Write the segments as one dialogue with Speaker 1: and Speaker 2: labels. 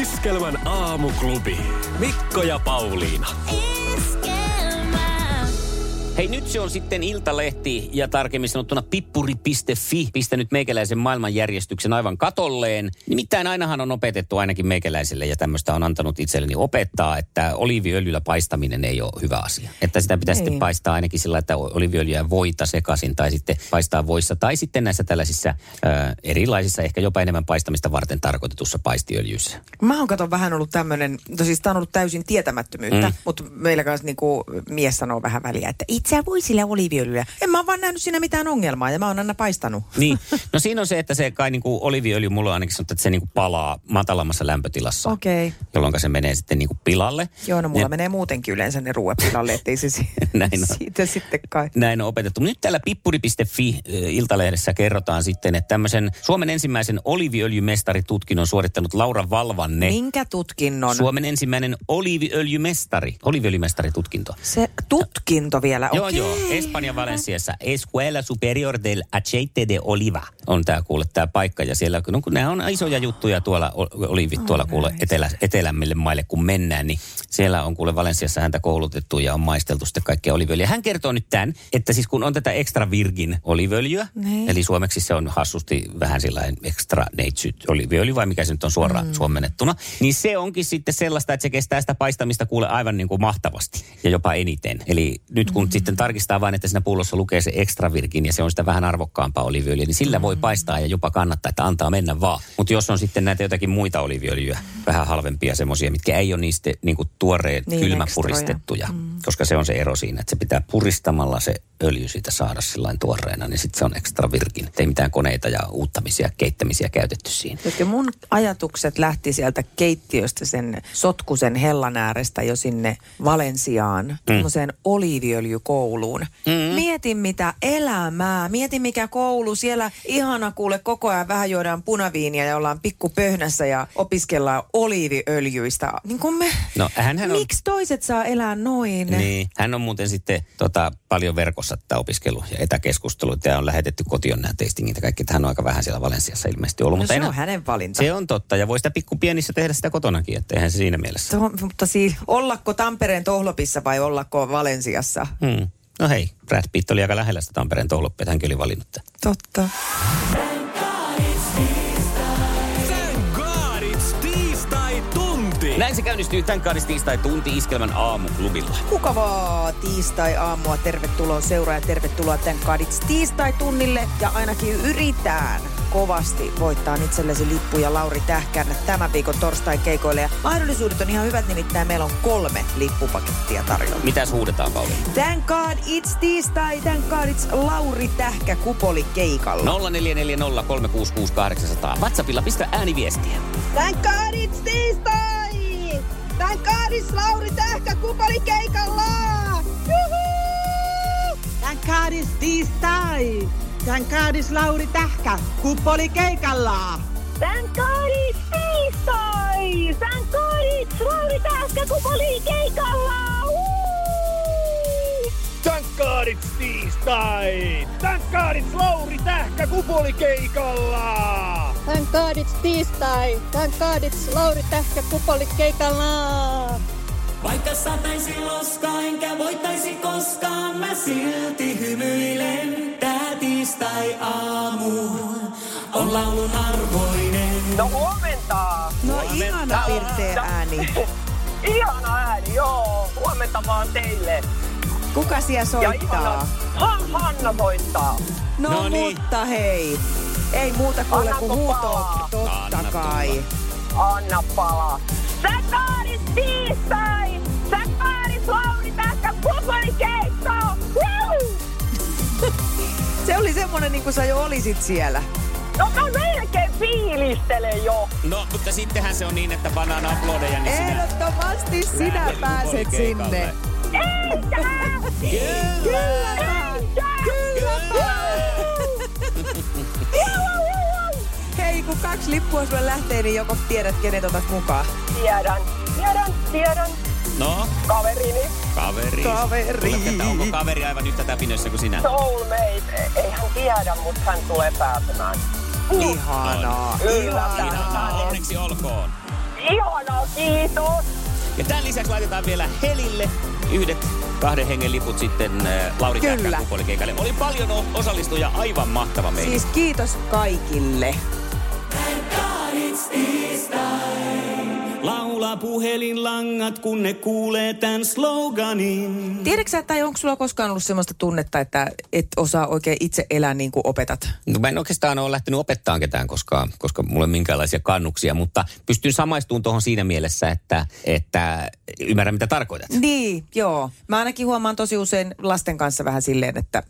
Speaker 1: Iskelmän aamuklubi. Mikko ja Pauliina.
Speaker 2: Hei, nyt se on sitten Iltalehti ja tarkemmin sanottuna pippuri.fi pistänyt meikäläisen maailmanjärjestyksen aivan katolleen. Nimittäin ainahan on opetettu ainakin meikäläiselle ja tämmöistä on antanut itselleni opettaa, että oliiviöljyllä paistaminen ei ole hyvä asia. Että sitä pitää ei. sitten paistaa ainakin sillä, että oliiviöljyä ja voita sekaisin tai sitten paistaa voissa tai sitten näissä tällaisissa äh, erilaisissa, ehkä jopa enemmän paistamista varten tarkoitetussa paistiöljyissä.
Speaker 3: Mä oon kato vähän ollut tämmöinen, siis tää on ollut täysin tietämättömyyttä, mm. mutta meillä kanssa niinku mies sanoo vähän väliä, että itse sä voi sillä oliiviöljyllä. En mä vaan nähnyt siinä mitään ongelmaa ja mä oon aina paistanut.
Speaker 2: Niin. No siinä on se, että se kai niinku oliiviöljy, mulla on ainakin sanottu, että se niinku palaa matalammassa lämpötilassa.
Speaker 3: Okei. Okay.
Speaker 2: Jolloin se menee sitten niinku pilalle.
Speaker 3: Joo, no mulla ja... menee muutenkin yleensä ne ruoat pilalle, ettei se si-
Speaker 2: Näin on.
Speaker 3: siitä sitten kai.
Speaker 2: Näin on opetettu. Nyt täällä pippuri.fi iltalehdessä kerrotaan sitten, että tämmöisen Suomen ensimmäisen oliiviöljymestaritutkinnon suorittanut Laura Valvanne.
Speaker 3: Minkä tutkinnon?
Speaker 2: Suomen ensimmäinen oliiviöljymestari, oliiviöljymestaritutkinto.
Speaker 3: Se tutkinto vielä,
Speaker 2: Joo, okay. joo. Espanjan Valensiassa. Escuela Superior del Aceite de Oliva on tämä kuule tämä paikka. Ja siellä, no, kun nämä on isoja juttuja tuolla, olivit tuolla oh, kuule nice. etelä, etelämmille maille, kun mennään, niin siellä on kuule Valensiassa häntä koulutettu ja on maisteltu sitten kaikkea oliviöljyä. Hän kertoo nyt tämän, että siis kun on tätä extra virgin oliviöljyä, niin. eli suomeksi se on hassusti vähän sellainen extra neitsyt oliviöljy, vai mikä se nyt on suoraan mm. suomennettuna, niin se onkin sitten sellaista, että se kestää sitä paistamista kuule aivan niin kuin mahtavasti ja jopa eniten. Eli nyt kun mm. sitten tarkistaa vain, että siinä pullossa lukee se extra virgin ja se on sitä vähän arvokkaampaa oliviöljyä, niin sillä voi paistaa ja jopa kannattaa, että antaa mennä vaan. Mutta jos on sitten näitä jotakin muita oliviöljyä, vähän halvempia semmoisia, mitkä ei ole niistä niin kuin tuoreen niin kylmäpuristettuja, mm. koska se on se ero siinä, että se pitää puristamalla se öljy siitä saada sillain tuoreena, niin sitten se on extra virgin. Ei mitään koneita ja uuttamisia, keittämisiä käytetty siinä.
Speaker 3: Eli mun ajatukset lähti sieltä keittiöstä sen sotkusen hellan äärestä jo sinne Valensiaan, mm. oliiviöljykouluun kouluun. Mm-hmm. Mieti mitä elämää, mieti mikä koulu. Siellä ihana kuule koko ajan vähän juodaan punaviiniä ja ollaan pikkupöhnässä ja opiskellaan oliiviöljyistä. Niin kun me,
Speaker 2: no, hän, hän on...
Speaker 3: miksi toiset saa elää noin?
Speaker 2: Niin, hän on muuten sitten tota, paljon verkossa tätä opiskelu ja etäkeskusteluita ja on lähetetty kotiin nämä tastingit ja kaikki. Hän on aika vähän siellä Valensiassa ilmeisesti ollut.
Speaker 3: No,
Speaker 2: mutta
Speaker 3: se enää, on hänen valinta.
Speaker 2: Se on totta ja voi sitä pikkupienissä tehdä sitä kotonakin, että eihän se siinä mielessä.
Speaker 3: To, mutta si- ollakko Tampereen Tohlopissa vai ollakko Valensiassa?
Speaker 2: Hmm. No hei, Brad Pitt oli aika lähellä sitä Tampereen touluppia, hänkin oli valinnut tämän.
Speaker 3: Totta.
Speaker 2: Näin se käynnistyy tämän kaadis tiistai tunti iskelmän aamuklubilla.
Speaker 3: Mukavaa tiistai aamua. Tervetuloa seuraa ja tervetuloa tämän kaadits tiistai tunnille. Ja ainakin yritään kovasti voittaa itsellesi lippuja Lauri Tähkänä tämän viikon torstai keikoille. Ja mahdollisuudet on ihan hyvät, nimittäin meillä on kolme lippupakettia tarjolla.
Speaker 2: Mitä huudetaan, Pauli?
Speaker 3: Thank God it's tiistai, thank God it's Lauri Tähkä kupoli
Speaker 2: No.
Speaker 3: keikalla.
Speaker 2: 0440366800. WhatsAppilla pistä ääniviestiä.
Speaker 4: Thank God it's tiistai! Tän kaadis Lauri Tähkä kupoli keikalla! Juhu! Tän kaadis tiistai! Tän kaadis Lauri Tähkä kupoli keikalla!
Speaker 5: Tän kaadis tiistai! Tän kaadis Lauri Tähkä kupoli keikalla!
Speaker 6: Tän kaadis tiistai! Tän kaadis Lauri Tähkä kupoli keikalla!
Speaker 7: Thank God it's tiistai. Thank God it's Lauri Tähkä kupoli keikalla.
Speaker 8: Vaikka sataisi loskaa, enkä voittaisi koskaan, mä silti hymyilen. Tää tiistai aamu on laulun arvoinen.
Speaker 9: No huomenta!
Speaker 3: No huomenta. ihana pirteä ääni.
Speaker 9: ihana ääni, joo. Huomenta vaan teille.
Speaker 3: Kuka siellä soittaa?
Speaker 9: Ja Han, Hanna soittaa.
Speaker 3: No, no niin. mutta hei. Ei muuta kuule kuin huuto. Totta Anna kai.
Speaker 9: Tulla. Anna palaa.
Speaker 5: Sä kaaris tiistai! Sä kaaris Lauri Tähkä kupolikeitto!
Speaker 3: Se oli semmonen niinku sä niin jo olisit siellä.
Speaker 5: No mä melkein fiilistele jo.
Speaker 2: No, mutta sittenhän se on niin, että banana aplodeja, niin sinä...
Speaker 3: Ehdottomasti sinä
Speaker 2: Lähdet
Speaker 3: pääset
Speaker 2: kupolikeikalle.
Speaker 3: sinne.
Speaker 5: Eikä!
Speaker 3: Kyllä! Kyllä! Hei, kun kaksi lippua sulle lähtee, niin joko tiedät, kenet otat mukaan.
Speaker 5: Tiedän, tiedän, tiedän.
Speaker 2: No,
Speaker 5: Kaverini,
Speaker 2: kaveri.
Speaker 3: Kaveri.
Speaker 2: Kuule, Tätä, onko kaveri aivan yhtä täpinössä kuin sinä?
Speaker 5: soulmate, ei hän tiedä, mutta hän tulee pääsemään.
Speaker 3: Ihanaa.
Speaker 5: Yllätään.
Speaker 2: Ihanaa, onneksi olkoon.
Speaker 5: Ihanaa, kiitos.
Speaker 2: Ja tämän lisäksi laitetaan vielä Helille yhdet kahden hengen liput sitten äh, Lauri
Speaker 3: Kyllä.
Speaker 2: Tähkän kupolikeikalle. Oli paljon o- osallistujia, aivan mahtava meillä.
Speaker 3: Siis kiitos kaikille.
Speaker 8: Laula puhelinlangat, kun ne kuulee tämän sloganin.
Speaker 3: Tiedätkö sä, tai onko sulla koskaan ollut sellaista tunnetta, että et osaa oikein itse elää niin kuin opetat?
Speaker 2: No mä en oikeastaan ole lähtenyt opettaa ketään koskaan, koska mulla ei ole minkäänlaisia kannuksia, mutta pystyn samaistumaan tuohon siinä mielessä, että, että ymmärrän mitä tarkoitat.
Speaker 3: Niin, joo. Mä ainakin huomaan tosi usein lasten kanssa vähän silleen, että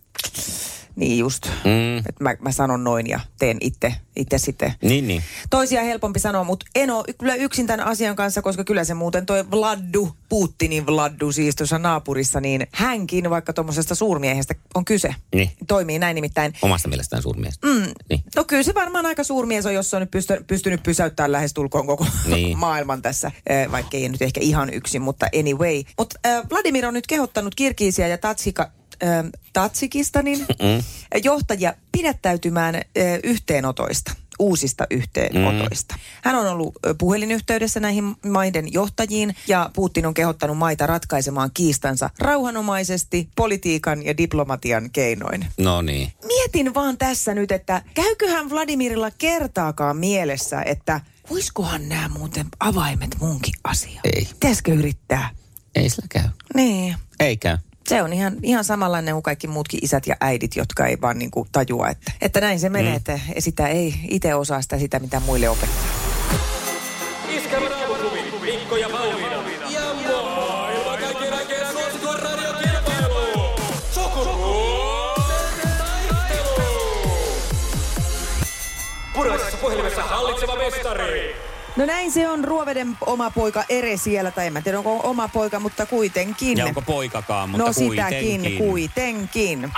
Speaker 3: niin just, mm. että mä, mä sanon noin ja teen itse, itse sitten.
Speaker 2: Niin, niin.
Speaker 3: Toisia helpompi sanoa, mutta en ole kyllä yksin tämän asian kanssa, koska kyllä se muuten toi Vladdu, Putinin Vladdu siis tuossa naapurissa, niin hänkin, vaikka tuommoisesta suurmiehestä on kyse,
Speaker 2: Niin.
Speaker 3: toimii näin nimittäin.
Speaker 2: Omasta mielestään suurmies. Mm. Niin.
Speaker 3: No kyllä se varmaan aika suurmies on, jos se on nyt pysty, pystynyt pysäyttämään lähestulkoon koko
Speaker 2: Niin.
Speaker 3: niin. maailman tässä, eh, vaikka ei nyt ehkä ihan yksin, mutta anyway. Mutta äh, Vladimir on nyt kehottanut Kirkiisiä ja Tatsika, äh, Tatsikistanin
Speaker 2: Mm-mm.
Speaker 3: johtajia pidättäytymään äh, yhteenotoista uusista yhteenotoista. Mm. Hän on ollut ö, puhelinyhteydessä näihin maiden johtajiin ja Putin on kehottanut maita ratkaisemaan kiistansa rauhanomaisesti politiikan ja diplomatian keinoin.
Speaker 2: No niin.
Speaker 3: Mietin vaan tässä nyt, että käyköhän Vladimirilla kertaakaan mielessä, että voisikohan nämä muuten avaimet munkin asia?
Speaker 2: Ei.
Speaker 3: Pitäisikö yrittää?
Speaker 2: Ei sillä käy.
Speaker 3: Niin.
Speaker 2: Ei käy.
Speaker 3: Se on ihan, ihan samanlainen kuin kaikki muutkin isät ja äidit, jotka ei vaan niin kuin tajua, että, että näin se menee, mm. että sitä ei itse osaa sitä, sitä, mitä muille opettaa.
Speaker 1: Iskävä raamuklubi, Mikko ja Pauliina. Ja maailman kaikkien aikeen suosituen radiokilpailu. Sukupuolten taistelu. Puraisessa puhelimessa hallitseva mestari.
Speaker 3: No näin se on Ruoveden oma poika Ere siellä, tai en mä tiedä onko oma poika, mutta kuitenkin.
Speaker 2: Ja onko poikakaan, mutta
Speaker 3: no
Speaker 2: kuitenkin.
Speaker 3: sitäkin, kuitenkin.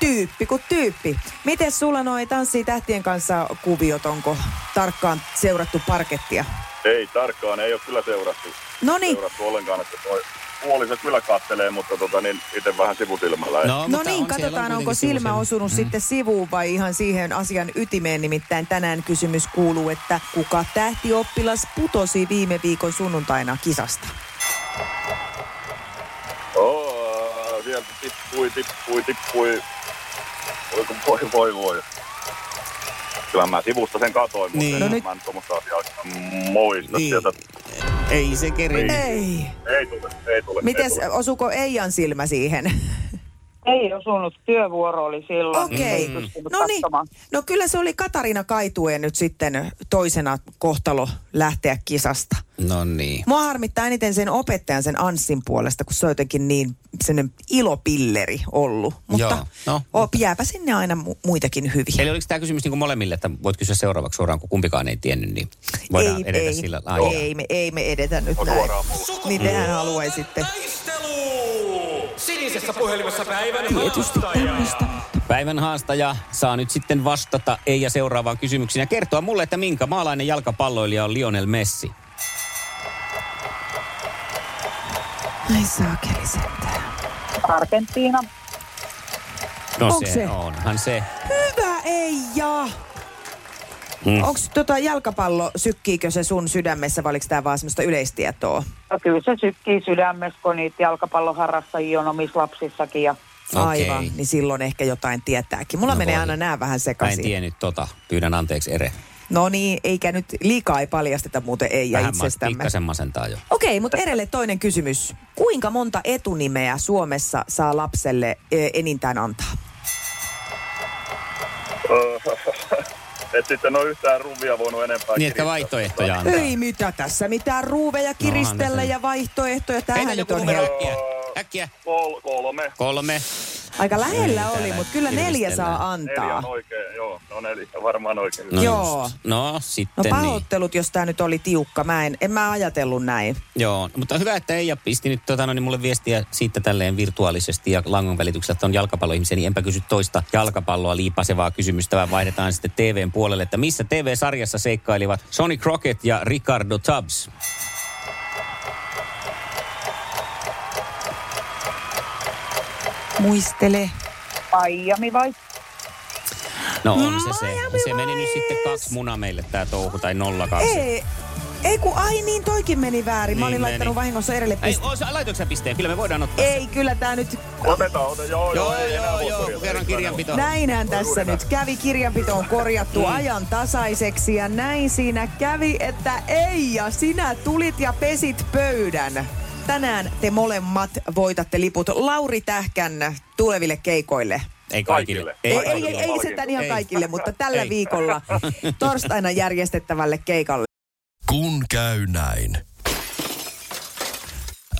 Speaker 3: Tyyppi kuin tyyppi. Miten sulla noi Tanssii tähtien kanssa kuviot, onko tarkkaan seurattu parkettia? No niin.
Speaker 10: Ei tarkkaan, ei ole kyllä seurattu,
Speaker 3: Noniin,
Speaker 10: seurattu ollenkaan, että toi puoliso kyllä kattelee, mutta tota, niin itse vähän sivusilmällä.
Speaker 2: No,
Speaker 3: no niin, katsotaan onko silmä osunut mm. sitten sivuun vai ihan siihen asian ytimeen. Nimittäin tänään kysymys kuuluu, että kuka tähtioppilas putosi viime viikon sunnuntaina kisasta?
Speaker 10: Oo, sieltä tippui, tippui, tippui. Voi kun voi, voi, voi. Kyllä mä sivusta sen katoin, mutta
Speaker 2: Niin.
Speaker 10: niin.
Speaker 2: No
Speaker 10: en
Speaker 2: nyt-
Speaker 10: mä nyt tuommoista asiaa oikein muista niin. sieltä. Niin.
Speaker 2: Ei se keri.
Speaker 3: Ei.
Speaker 10: Ei tule, ei tule.
Speaker 3: Mites
Speaker 10: ei tule.
Speaker 3: osuko Eijan silmä siihen?
Speaker 9: Ei osunut, työvuoro oli silloin.
Speaker 3: Okei.
Speaker 2: Mm.
Speaker 9: Ei pystynyt
Speaker 3: No niin.
Speaker 9: katsomaan.
Speaker 3: No kyllä se oli Katarina Kaituen nyt sitten toisena kohtalo lähteä kisasta.
Speaker 2: No niin.
Speaker 3: Mua harmittaa eniten sen opettajan, sen Anssin puolesta, kun se on jotenkin niin sellainen ilopilleri ollut.
Speaker 2: Joo,
Speaker 3: Mutta
Speaker 2: no,
Speaker 3: no, op, jääpä sinne aina mu- muitakin hyviä.
Speaker 2: Eli oliko tämä kysymys niin kuin molemmille, että voit kysyä seuraavaksi suoraan, kun kumpikaan ei tiennyt, niin voidaan edetä
Speaker 3: ei,
Speaker 2: sillä lailla. Mm.
Speaker 3: ei, me, ei me edetä nyt
Speaker 10: On
Speaker 3: näin.
Speaker 10: suoraan
Speaker 3: Miten hän haluaisitte?
Speaker 1: Sinisessä puhelimessa päivän
Speaker 3: Tietysti
Speaker 1: haastaja.
Speaker 2: Päivän haastaja saa nyt sitten vastata ei ja seuraavaan kysymyksiin ja kertoa mulle, että minkä maalainen jalkapalloilija on Lionel Messi.
Speaker 3: Ai saakeli sentään.
Speaker 9: Argentiina.
Speaker 2: No
Speaker 3: Onks se?
Speaker 2: onhan se.
Speaker 3: Hyvä Eija!
Speaker 2: Mm.
Speaker 3: Mm. Onko tota jalkapallo, sykkiikö se sun sydämessä vai oliko tämä vaan semmoista yleistietoa?
Speaker 9: No kyllä se sykkii sydämessä, kun niitä jalkapalloharrastajia on omissa lapsissakin. Ja...
Speaker 2: Okei.
Speaker 3: Aivan, niin silloin ehkä jotain tietääkin. Mulla
Speaker 2: No
Speaker 3: no menee
Speaker 2: voi.
Speaker 3: aina nämä vähän
Speaker 2: Mä en
Speaker 3: sekaisin.
Speaker 2: tiennyt tota. Pyydän anteeksi Ere.
Speaker 3: No niin, eikä nyt liikaa ei paljasteta muuten ei ja
Speaker 2: Vähän ma-
Speaker 3: itsestämme.
Speaker 2: pikkasen masentaa jo.
Speaker 3: Okei, mutta Erelle toinen kysymys. Kuinka monta etunimeä Suomessa saa lapselle ö, enintään antaa?
Speaker 10: Öö, Et sitten ole yhtään ruvia voinut enempää
Speaker 2: Niin, että
Speaker 10: kiristää.
Speaker 2: vaihtoehtoja antaa.
Speaker 3: Ei mitä tässä, mitään ruuveja kiristellä
Speaker 2: tässä-
Speaker 3: ja vaihtoehtoja.
Speaker 2: Heitä
Speaker 3: Tämähän nyt
Speaker 2: joku
Speaker 3: on
Speaker 2: numero
Speaker 3: helppo.
Speaker 2: äkkiä. äkkiä.
Speaker 10: Kol- kolme.
Speaker 2: Kolme.
Speaker 3: Aika lähellä oli, mutta kyllä neljä saa
Speaker 10: Neljä
Speaker 3: antaa.
Speaker 10: on oikein, joo. No neljä, varmaan oikein.
Speaker 3: No Joo. just.
Speaker 2: No
Speaker 3: No
Speaker 2: sitten niin.
Speaker 3: pahoittelut, jos tämä nyt oli tiukka. Mä en, en mä ajatellut näin.
Speaker 2: Joo, mutta hyvä, että Eija pisti nyt tota, no, niin mulle viestiä siitä tälleen virtuaalisesti ja langan välityksellä, että on jalkapalloihmisiä, niin enpä kysy toista jalkapalloa liipasevaa kysymystä, vaan vaihdetaan sitten TVn puolelle, että missä TV-sarjassa seikkailivat Sonny Crockett ja Ricardo Tubbs?
Speaker 3: Muistele.
Speaker 9: Miami vai?
Speaker 2: No on se se. Se meni nyt sitten kaksi muna meille tää touhu, tai nolla kaksi.
Speaker 3: Ei, ei kun ai niin, toikin meni väärin. Mä
Speaker 2: Niin
Speaker 3: olin laittanut
Speaker 2: meni.
Speaker 3: vahingossa edelle
Speaker 2: Ei,
Speaker 3: piste.
Speaker 2: o- sä- laitoitko sä pisteen? Kyllä me voidaan ottaa.
Speaker 3: Ei, kyllä tää nyt...
Speaker 10: Otetaan, otetaan. Joo,
Speaker 2: Joo,
Speaker 10: joo, ei
Speaker 2: joo,
Speaker 10: enää voi
Speaker 2: joo,
Speaker 10: korjata.
Speaker 2: kerran
Speaker 10: Ei,
Speaker 2: kirjanpito.
Speaker 10: ei,
Speaker 3: Näinhän tässä nyt kävi. Kirjanpito on korjattu
Speaker 2: no. Mm.
Speaker 3: ajan tasaiseksi ja näin siinä kävi, että ei ja sinä tulit ja pesit pöydän. Tänään te molemmat voitatte liput Lauri Tähkän tuleville keikoille.
Speaker 2: Ei kaikille.
Speaker 3: Ei, ei, ei, ei sentään ihan kaikille, mutta tällä
Speaker 2: Ei.
Speaker 3: viikolla torstaina järjestettävälle keikalle.
Speaker 11: Kun käy näin.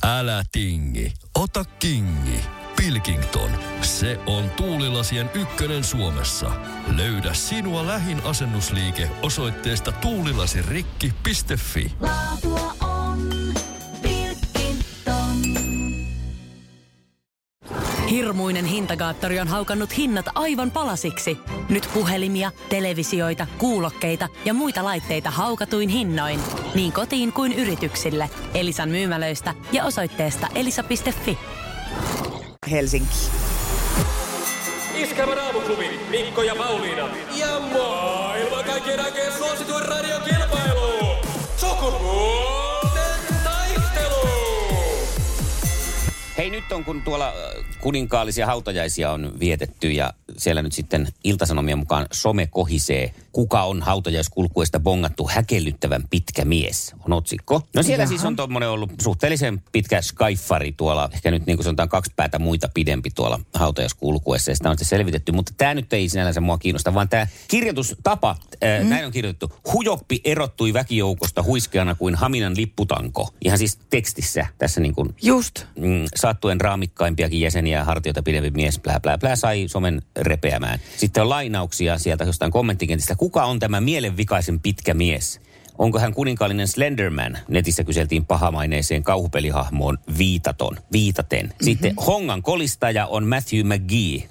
Speaker 11: Älä tingi, ota kingi. Pilkington, se on tuulilasien ykkönen Suomessa. Löydä sinua lähin asennusliike osoitteesta tuulilasirikki.fi.
Speaker 12: Laatua on Pilkington.
Speaker 13: Hirmuinen hintakaattori on haukannut hinnat aivan palasiksi. Nyt puhelimia, televisioita, kuulokkeita ja muita laitteita haukatuin hinnoin. Niin kotiin kuin yrityksille. Elisan myymälöistä ja osoitteesta elisa.fi.
Speaker 3: Helsinki.
Speaker 1: Iskävän aamuklubi, Mikko ja Pauliina. Ja maailman kaikkien aikeen suosituen radiokilpailu. Sukupuolten taistelu.
Speaker 2: Hei, nyt on kun tuolla äh, kuninkaallisia hautajaisia on vietetty ja siellä nyt sitten iltasanomien mukaan some kohisee. Kuka on hautajaiskulkuesta bongattu häkellyttävän pitkä mies, on otsikko. No siellä
Speaker 14: Jaha.
Speaker 2: siis on tuommoinen ollut suhteellisen pitkä skyfari tuolla, ehkä nyt niin kuin sanotaan kaksi päätä muita pidempi tuolla hautajaiskulkuessa ja sitä on sitten selvitetty. Mutta tämä nyt ei sinällänsä mua kiinnosta, vaan tämä kirjoitustapa, äh, mm. näin on kirjoitettu. Hujoppi erottui väkijoukosta huiskeana kuin Haminan lipputanko. Ihan siis tekstissä tässä niin kuin
Speaker 3: Just.
Speaker 2: mm, saattuen raamikkaimpiakin jäseniä ja hartioita pidempi mies, blää, blää, blää, sai somen repeämään. Sitten on lainauksia sieltä jostain kommenttikentistä. Kuka on tämä mielenvikaisen pitkä mies? Onko hän kuninkaallinen Slenderman? Netissä kyseltiin pahamaineeseen kauhupelihahmoon viitaton, viitaten.
Speaker 3: Mhm.
Speaker 2: Sitten Hongan kolistaja on Matthew McGee,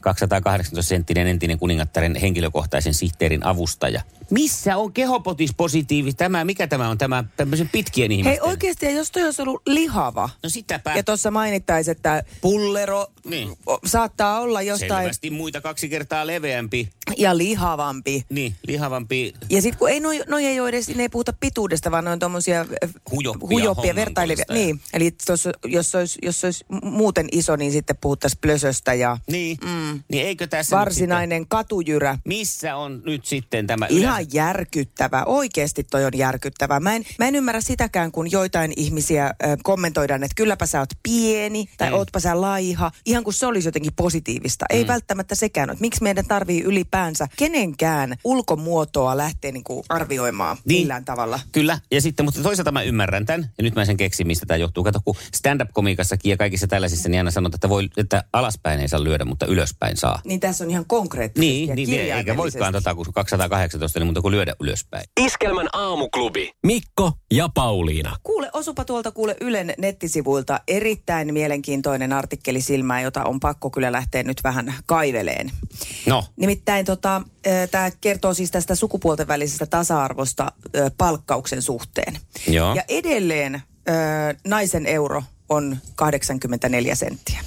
Speaker 2: 218-senttinen entinen kuningattaren henkilökohtaisen sihteerin avustaja. Missä on kehopotispositiivi tämä? Mikä tämä on tämä tämmöisen pitkien ihmisten?
Speaker 3: Hei oikeasti, ja jos toi olisi ollut lihava.
Speaker 2: No sitäpä.
Speaker 3: Ja tuossa mainittaisi, että pullero
Speaker 2: Niin.
Speaker 3: o- saattaa olla jostain
Speaker 2: Selvästi muita kaksi kertaa leveämpi.
Speaker 3: ja lihavampi.
Speaker 2: Niin, lihavampi
Speaker 3: Ja sitten kun ei, noi, noi ei ole edes, ne ei puhuta pituudesta, vaan ne on tuommoisia
Speaker 2: Hujoppia,
Speaker 3: hujoppia
Speaker 2: hongan
Speaker 3: vertailevia.
Speaker 2: kolistaja.
Speaker 3: Niin, eli tos, jos olisi jos olisi muuten iso, niin sitten puhuttaisiin plösöstä ja
Speaker 2: Niin, mm. niin eikö tässä nyt
Speaker 3: varsinainen katujyrä.
Speaker 2: Sitten, missä on nyt sitten tämä
Speaker 3: Ihan järkyttävä. Oikeasti toi on järkyttävä. Mä en, mä en ymmärrä sitäkään, kun joitain ihmisiä ö, kommentoidaan, että kylläpä sä oot pieni tai
Speaker 2: Mm.
Speaker 3: ootpa sä laiha. Ihan kuin se olisi jotenkin positiivista. Ei välttämättä sekään ole. Miksi meidän tarvii ylipäänsä kenenkään ulkomuotoa lähteä niinku arvioimaan
Speaker 2: Niin.
Speaker 3: millään tavalla?
Speaker 2: Kyllä, ja sitten, mutta toisaalta mä ymmärrän tämän, ja nyt mä sen keksin, mistä tämä johtuu. Kato, kun stand-up-komiikassakin ja kaikissa tällaisissa, niin aina sanotaan, että, voi, että alaspäin ei saa lyödä, mutta ylöspäin saa.
Speaker 3: Niin tässä on ihan konkreettisesti
Speaker 2: Niin,
Speaker 3: ja
Speaker 2: niin, niin eikä
Speaker 3: kirjaimellisesti.
Speaker 2: voikaan tota, kun 218, niin muuta kuin lyödä ylöspäin.
Speaker 14: Iskelmän aamuklubi. Mikko ja Pauliina.
Speaker 3: Kuule, osupa tuolta kuule Ylen nettisivuilta erittäin mielenkiintoinen artikkeli silmään, jota on pakko kyllä lähteä nyt vähän kaiveleen.
Speaker 2: No,
Speaker 3: Nimittäin tota, tämä kertoo siis tästä sukupuolten välisestä tasa-arvosta ö, palkkauksen suhteen.
Speaker 2: Joo.
Speaker 3: Ja edelleen ö, naisen euro on 84 senttiä.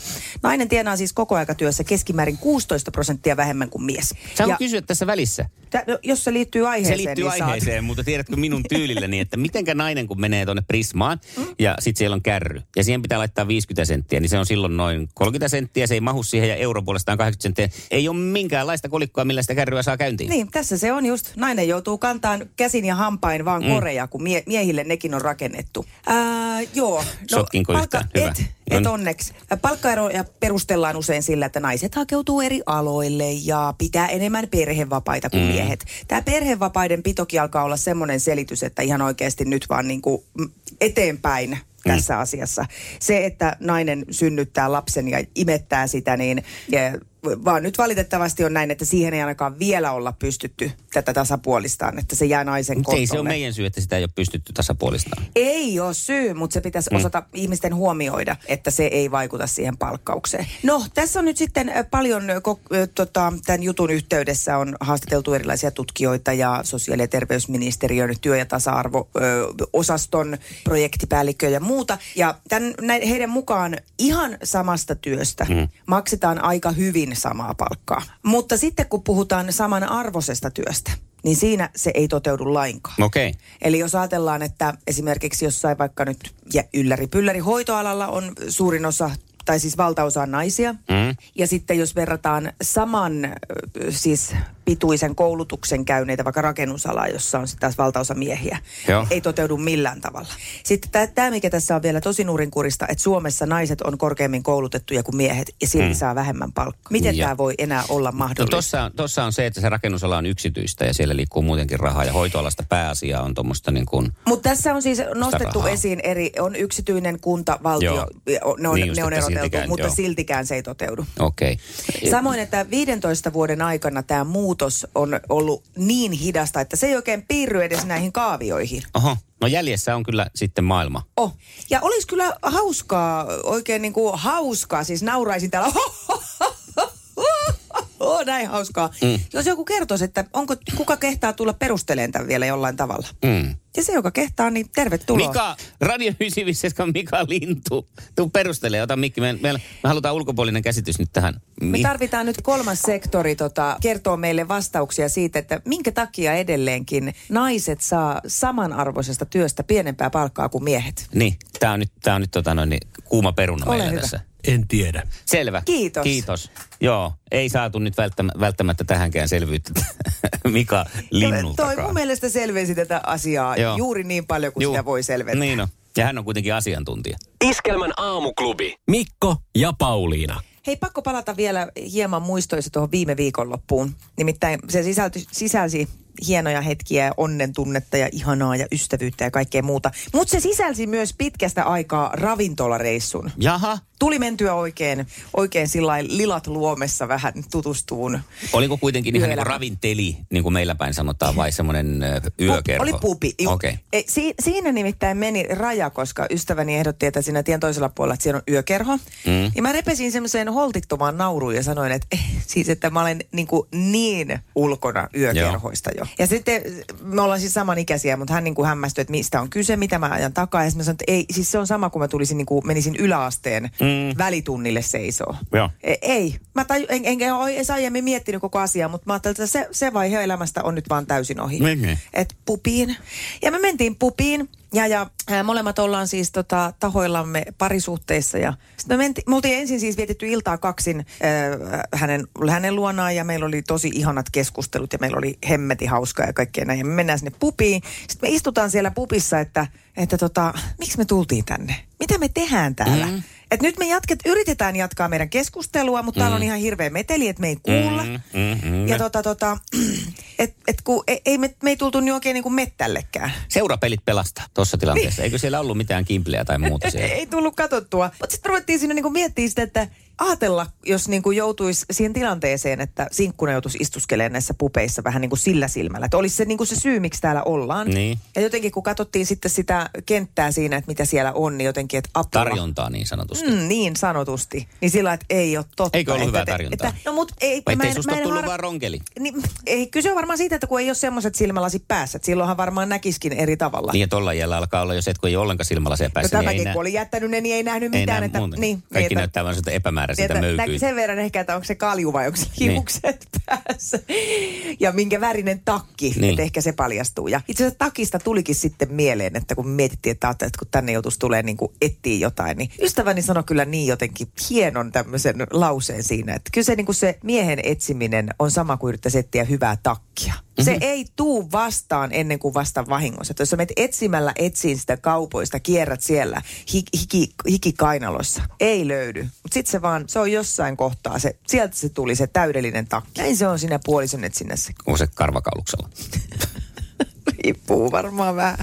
Speaker 3: Nainen tienaa siis kokoaikatyössä keskimäärin 16 prosenttia vähemmän kuin mies.
Speaker 2: Saanko kysyä tässä välissä?
Speaker 3: tä, no, jos se liittyy
Speaker 2: Se
Speaker 3: aiheeseen,
Speaker 2: liittyy
Speaker 3: niin saat.
Speaker 2: aiheeseen, mutta tiedätkö minun tyylilläni, että mitenkä nainen kun menee tuonne Prismaan ja sitten siellä on kärry ja siihen pitää laittaa 50 senttiä, niin se on silloin noin 30 senttiä, se ei mahu siihen ja euro puolestaan 80 senttiä. Ei ole minkäänlaista kolikkoa, millä sitä kärryä saa käyntiin.
Speaker 3: Niin, tässä se on just. Nainen joutuu kantaan käsin ja hampain vaan
Speaker 2: Mm.
Speaker 3: mm. koreja, kun mie- miehille nekin on rakennettu. Ää, joo. No,
Speaker 2: Sotkinko yhtään? Hyvä.
Speaker 3: Et,
Speaker 2: No
Speaker 3: et
Speaker 2: niin.
Speaker 3: onneksi. Ä, Palkkaeroja perustellaan usein sillä, että naiset hakeutuu eri aloille ja pitää enemmän perhevapaita kuin
Speaker 2: Mm.
Speaker 3: mm. miehet. Tämä perhevapaiden pitoki alkaa olla semmoinen selitys, että ihan oikeasti nyt vaan niinku mm, eteenpäin
Speaker 2: Mm.
Speaker 3: tässä asiassa. Se, että nainen synnyttää lapsen ja imettää sitä, niin ja vaan nyt valitettavasti on näin, että siihen ei ainakaan vielä olla pystytty tätä tasapuolistaan, että se jää naisen
Speaker 2: Mut
Speaker 3: kontolle.
Speaker 2: ei se ole meidän syy, että sitä ei ole pystytty tasapuolistamaan.
Speaker 3: Ei ole syy, mutta se pitäisi
Speaker 2: Mm.
Speaker 3: osata ihmisten huomioida, että se ei vaikuta siihen palkkaukseen. No, tässä on nyt sitten ö, paljon, ö, kok- ö, tota, tämän jutun yhteydessä on haastateltu erilaisia tutkijoita ja sosiaali- ja terveysministeriön työ- ja tasa-arvo-osaston projektipäällikköjä ja muuta. Ja tämän, näin, heidän mukaan ihan samasta työstä mm. maksetaan aika hyvin samaa palkkaa. Mutta sitten kun puhutaan saman arvosesta työstä, niin siinä se ei toteudu lainkaan.
Speaker 2: Okei. No Okay.
Speaker 3: Eli jos ajatellaan, että esimerkiksi jossain vaikka nyt ja ylläri-pylläri hoitoalalla on suurin osa tai siis valtaosa on naisia.
Speaker 2: Mm.
Speaker 3: Ja sitten jos verrataan saman ö, siis pituisen koulutuksen käyneitä vaikka rakennusalaa, jossa on sitten taas valtaosa miehiä,
Speaker 2: Joo.
Speaker 3: ei toteudu millään tavalla. Sitten tämä, mikä tässä on vielä tosi nurinkurista, että Suomessa naiset on korkeammin koulutettuja kuin miehet ja silti
Speaker 2: Mm. Niin
Speaker 3: saa vähemmän palkkaa. Miten
Speaker 2: Ja-
Speaker 3: tämä voi enää olla mahdollista?
Speaker 2: No tossa, on- tossa on se, että se rakennusala on yksityistä ja siellä liikkuu muutenkin rahaa ja hoitoalasta pääasia on tuommoista niin kuin,
Speaker 3: Mutta tässä on siis nostettu
Speaker 2: rahaa.
Speaker 3: esiin eri, on yksityinen kunta, valtio,
Speaker 2: Joo.
Speaker 3: ne on,
Speaker 2: Niin just,
Speaker 3: ne on
Speaker 2: että
Speaker 3: eroteltu,
Speaker 2: siltikään,
Speaker 3: mutta
Speaker 2: joo.
Speaker 3: siltikään se ei toteudu.
Speaker 2: okei.
Speaker 3: Samoin, että 15 vuoden aikana tämä muutos on ollut niin hidasta, että se ei oikein piirry edes näihin kaavioihin.
Speaker 2: Oho, no jäljessä on kyllä sitten maailma.
Speaker 3: Oh. Ja olisi kyllä hauskaa, oikein niin kuin hauskaa, siis nauraisin täällä. Oh, näin hauskaa.
Speaker 2: Mm.
Speaker 3: Mm. Jos joku kertoisi, että onko, kuka kehtaa tulla perusteleen tämän vielä jollain tavalla.
Speaker 2: Mm.
Speaker 3: Ja se, joka kehtaa, niin tervetuloa.
Speaker 2: Mika, Radio 957 Mika Lintu. Tuu perustele, ota mikki. Me, me, me halutaan ulkopuolinen käsitys nyt tähän.
Speaker 3: Me
Speaker 2: Mi-
Speaker 3: tarvitaan nyt kolmas sektori tota, kertoo meille vastauksia siitä, että minkä takia edelleenkin naiset saa samanarvoisesta työstä pienempää palkkaa kuin miehet.
Speaker 2: Niin, tämä on nyt, tää on nyt tota noin, niin kuuma peruna
Speaker 3: Ole
Speaker 2: meillä
Speaker 3: hyvä.
Speaker 2: tässä. En tiedä. Selvä.
Speaker 3: Kiitos.
Speaker 2: Kiitos. Joo, ei saatu nyt välttämättä, välttämättä tähänkään selvyyttä Mika
Speaker 3: Toi mun
Speaker 2: Linnultakaan.
Speaker 3: mielestä selvensi tätä asiaa
Speaker 2: Joo.
Speaker 3: Joo. juuri niin paljon kuin
Speaker 2: Juu.
Speaker 3: Juu. sitä voi selventää.
Speaker 2: Niin on. Ja hän on kuitenkin asiantuntija.
Speaker 14: Iskelmän aamuklubi. Mikko ja Pauliina.
Speaker 3: Hei, pakko palata vielä hieman muistoissa tuohon viime viikonloppuun. Nimittäin se sisälty, sisälsi hienoja hetkiä ja onnen tunnetta ja ihanaa ja ystävyyttä ja kaikkea muuta. Mutta se sisälsi myös pitkästä aikaa ravintolareissun.
Speaker 2: Jaha,
Speaker 3: Tuli mentyä oikein, oikein sillä lailla lilat luomessa vähän tutustuun.
Speaker 2: oliko kuitenkin ihan niin
Speaker 3: Yöelämä.
Speaker 2: ravinteli, niin kuin meillä päin sanotaan, vai semmoinen ö,
Speaker 3: Pu-
Speaker 2: yökerho?
Speaker 3: Oli pubi. Juu.
Speaker 2: Okei. Okay.
Speaker 3: E, si- siinä nimittäin meni raja, koska ystäväni ehdotti, että siinä tien toisella puolella, että siellä on yökerho.
Speaker 2: Mm.
Speaker 3: Mm. Ja mä repesin semmoiseen holtittomaan nauruun ja sanoin, että eh, siis, että mä olen niin, kuin niin ulkona yökerhoista jo. Ja sitten me ollaan siis samanikäisiä, mutta hän niin kuin hämmästyi, että mistä on kyse, mitä mä ajan takaa. Ja sitten mä sanoin, että ei, siis se on sama kuin mä tulisin, niin kuin menisin yläasteen
Speaker 2: Mm.
Speaker 3: mm. välitunnille seisoo.
Speaker 2: Joo.
Speaker 3: E- Ei. Mä taju, en, enkä ole edes aiemmin miettinyt koko asiaa, mutta mä ajattelin, että se, se vaihe elämästä on nyt vaan täysin ohi.
Speaker 2: Niin.
Speaker 3: Et pupiin. Ja me mentiin pupiin ja, ja ää, molemmat ollaan siis tota, tahoillamme parisuhteissa. Ja sit me, menti, me oltiin ensin siis vietetty iltaa kaksin ää, hänen, hänen luonaan ja meillä oli tosi ihanat keskustelut ja meillä oli hemmeti hauskaa ja kaikkea näin. Ja me mennään sinne pupiin. Sitten me istutaan siellä pupissa, että, että tota, miksi me tultiin tänne? Mitä me tehdään täällä? Mm. Et nyt me jatket, yritetään jatkaa meidän keskustelua, mutta mm. täällä on ihan hirveä meteli, että me ei kuulla. Mm.
Speaker 2: Mm-hmm.
Speaker 3: Ja tota, tota, et, et kun ei, ei me, me ei tultu niin oikein niin kuin mettällekään.
Speaker 2: Seurapelit pelastaa tuossa tilanteessa. Eikö siellä ollut mitään kimpleä tai muuta siellä?
Speaker 3: ei tullut katsottua. Mutta sitten ruvettiin siinä niin kuin miettimään sitä, että ajatella, jos niin kuin joutuisi siihen tilanteeseen, että sinkkuna joutuisi istuskelemaan näissä pupeissa vähän niin kuin sillä silmällä. Että olisi se niin kuin se syy, miksi täällä ollaan.
Speaker 2: Niin.
Speaker 3: Ja jotenkin kun katsottiin sitten sitä kenttää siinä, että mitä siellä on, niin jotenkin, että apua.
Speaker 2: Tarjontaa niin sanotusti. Mm.
Speaker 3: Mm, niin sanotusti. Niin sillä lailla, että ei ole totta.
Speaker 2: Eikö ollut
Speaker 3: että,
Speaker 2: hyvää tarjontaa?
Speaker 3: Että, no mut ei,
Speaker 2: Vai
Speaker 3: mä
Speaker 2: ettei
Speaker 3: en,
Speaker 2: susta
Speaker 3: mä
Speaker 2: ole
Speaker 3: en
Speaker 2: tullut
Speaker 3: har-
Speaker 2: vaan ronkeli?
Speaker 3: Niin, ei, kyse on varmaan siitä, että kun ei ole semmoiset silmälasit päässä. että Silloinhan varmaan näkiskin eri tavalla.
Speaker 2: Niin ja tolla iällä alkaa olla, jos et kun ei ole ollenkaan silmälaseja
Speaker 3: no
Speaker 2: päässä, niin ei
Speaker 3: tämäkin,
Speaker 2: nä-
Speaker 3: kun oli jättänyt ne, niin ei nähnyt
Speaker 2: ei
Speaker 3: mitään.
Speaker 2: näe
Speaker 3: että,
Speaker 2: muuta.
Speaker 3: niin,
Speaker 2: Kaikki
Speaker 3: niin,
Speaker 2: näyttää vaan sieltä epämääräisiltä
Speaker 3: että- nä-
Speaker 2: möykyiltä.
Speaker 3: sen verran ehkä, että onko se kalju vai onko se
Speaker 2: Niin.
Speaker 3: hiukset päässä. Ja minkä värinen takki,
Speaker 2: Niin.
Speaker 3: niin. että ehkä se paljastuu. Ja itse asiassa takista tulikin sitten mieleen, että kun mietittiin, että, ajattelin, että kun tänne joutuisi tulee niin kuin etsiä jotain, niin ystäväni sanoi kyllä niin jotenkin hienon tämmöisen lauseen siinä, että kyllä se, niin kuin se miehen etsiminen on sama kuin yrittäisi etsiä hyvää takkia. Se mm-hmm. ei tuu vastaan ennen kuin vasta vahingossa. Että jos sä menet etsimällä etsiin sitä kaupoista, kierrät siellä hi- hiki, hikikainalossa, ei löydy. Mutta sitten se vaan, se on jossain kohtaa, se, sieltä se tuli se täydellinen takki. Näin se on siinä puolison etsinnässä.
Speaker 2: Onko se karvakauluksella?
Speaker 3: Riippuu varmaan vähän.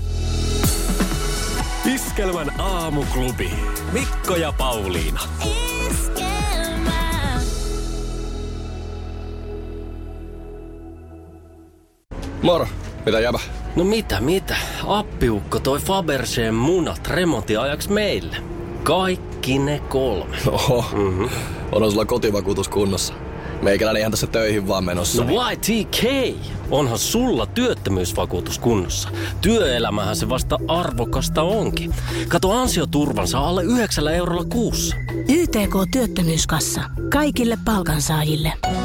Speaker 14: Iskelmän aamuklubi. Mikko ja Pauliina.
Speaker 15: Moro, mitä jäbä?
Speaker 14: No mitä, mitä? Appiukko toi Faberseen munat remontiajaksi meille. Kaikki ne kolme.
Speaker 15: Oho, mm-hmm. on sulla kotivakuutus kunnossa. Meikäläinen ihan tässä töihin vaan menossa.
Speaker 14: No YTK! Onhan sulla työttömyysvakuutus kunnossa. Työelämähän se vasta arvokasta onkin. Kato ansioturvansa alle 9 eurolla kuussa.
Speaker 12: YTK Työttömyyskassa. Kaikille palkansaajille.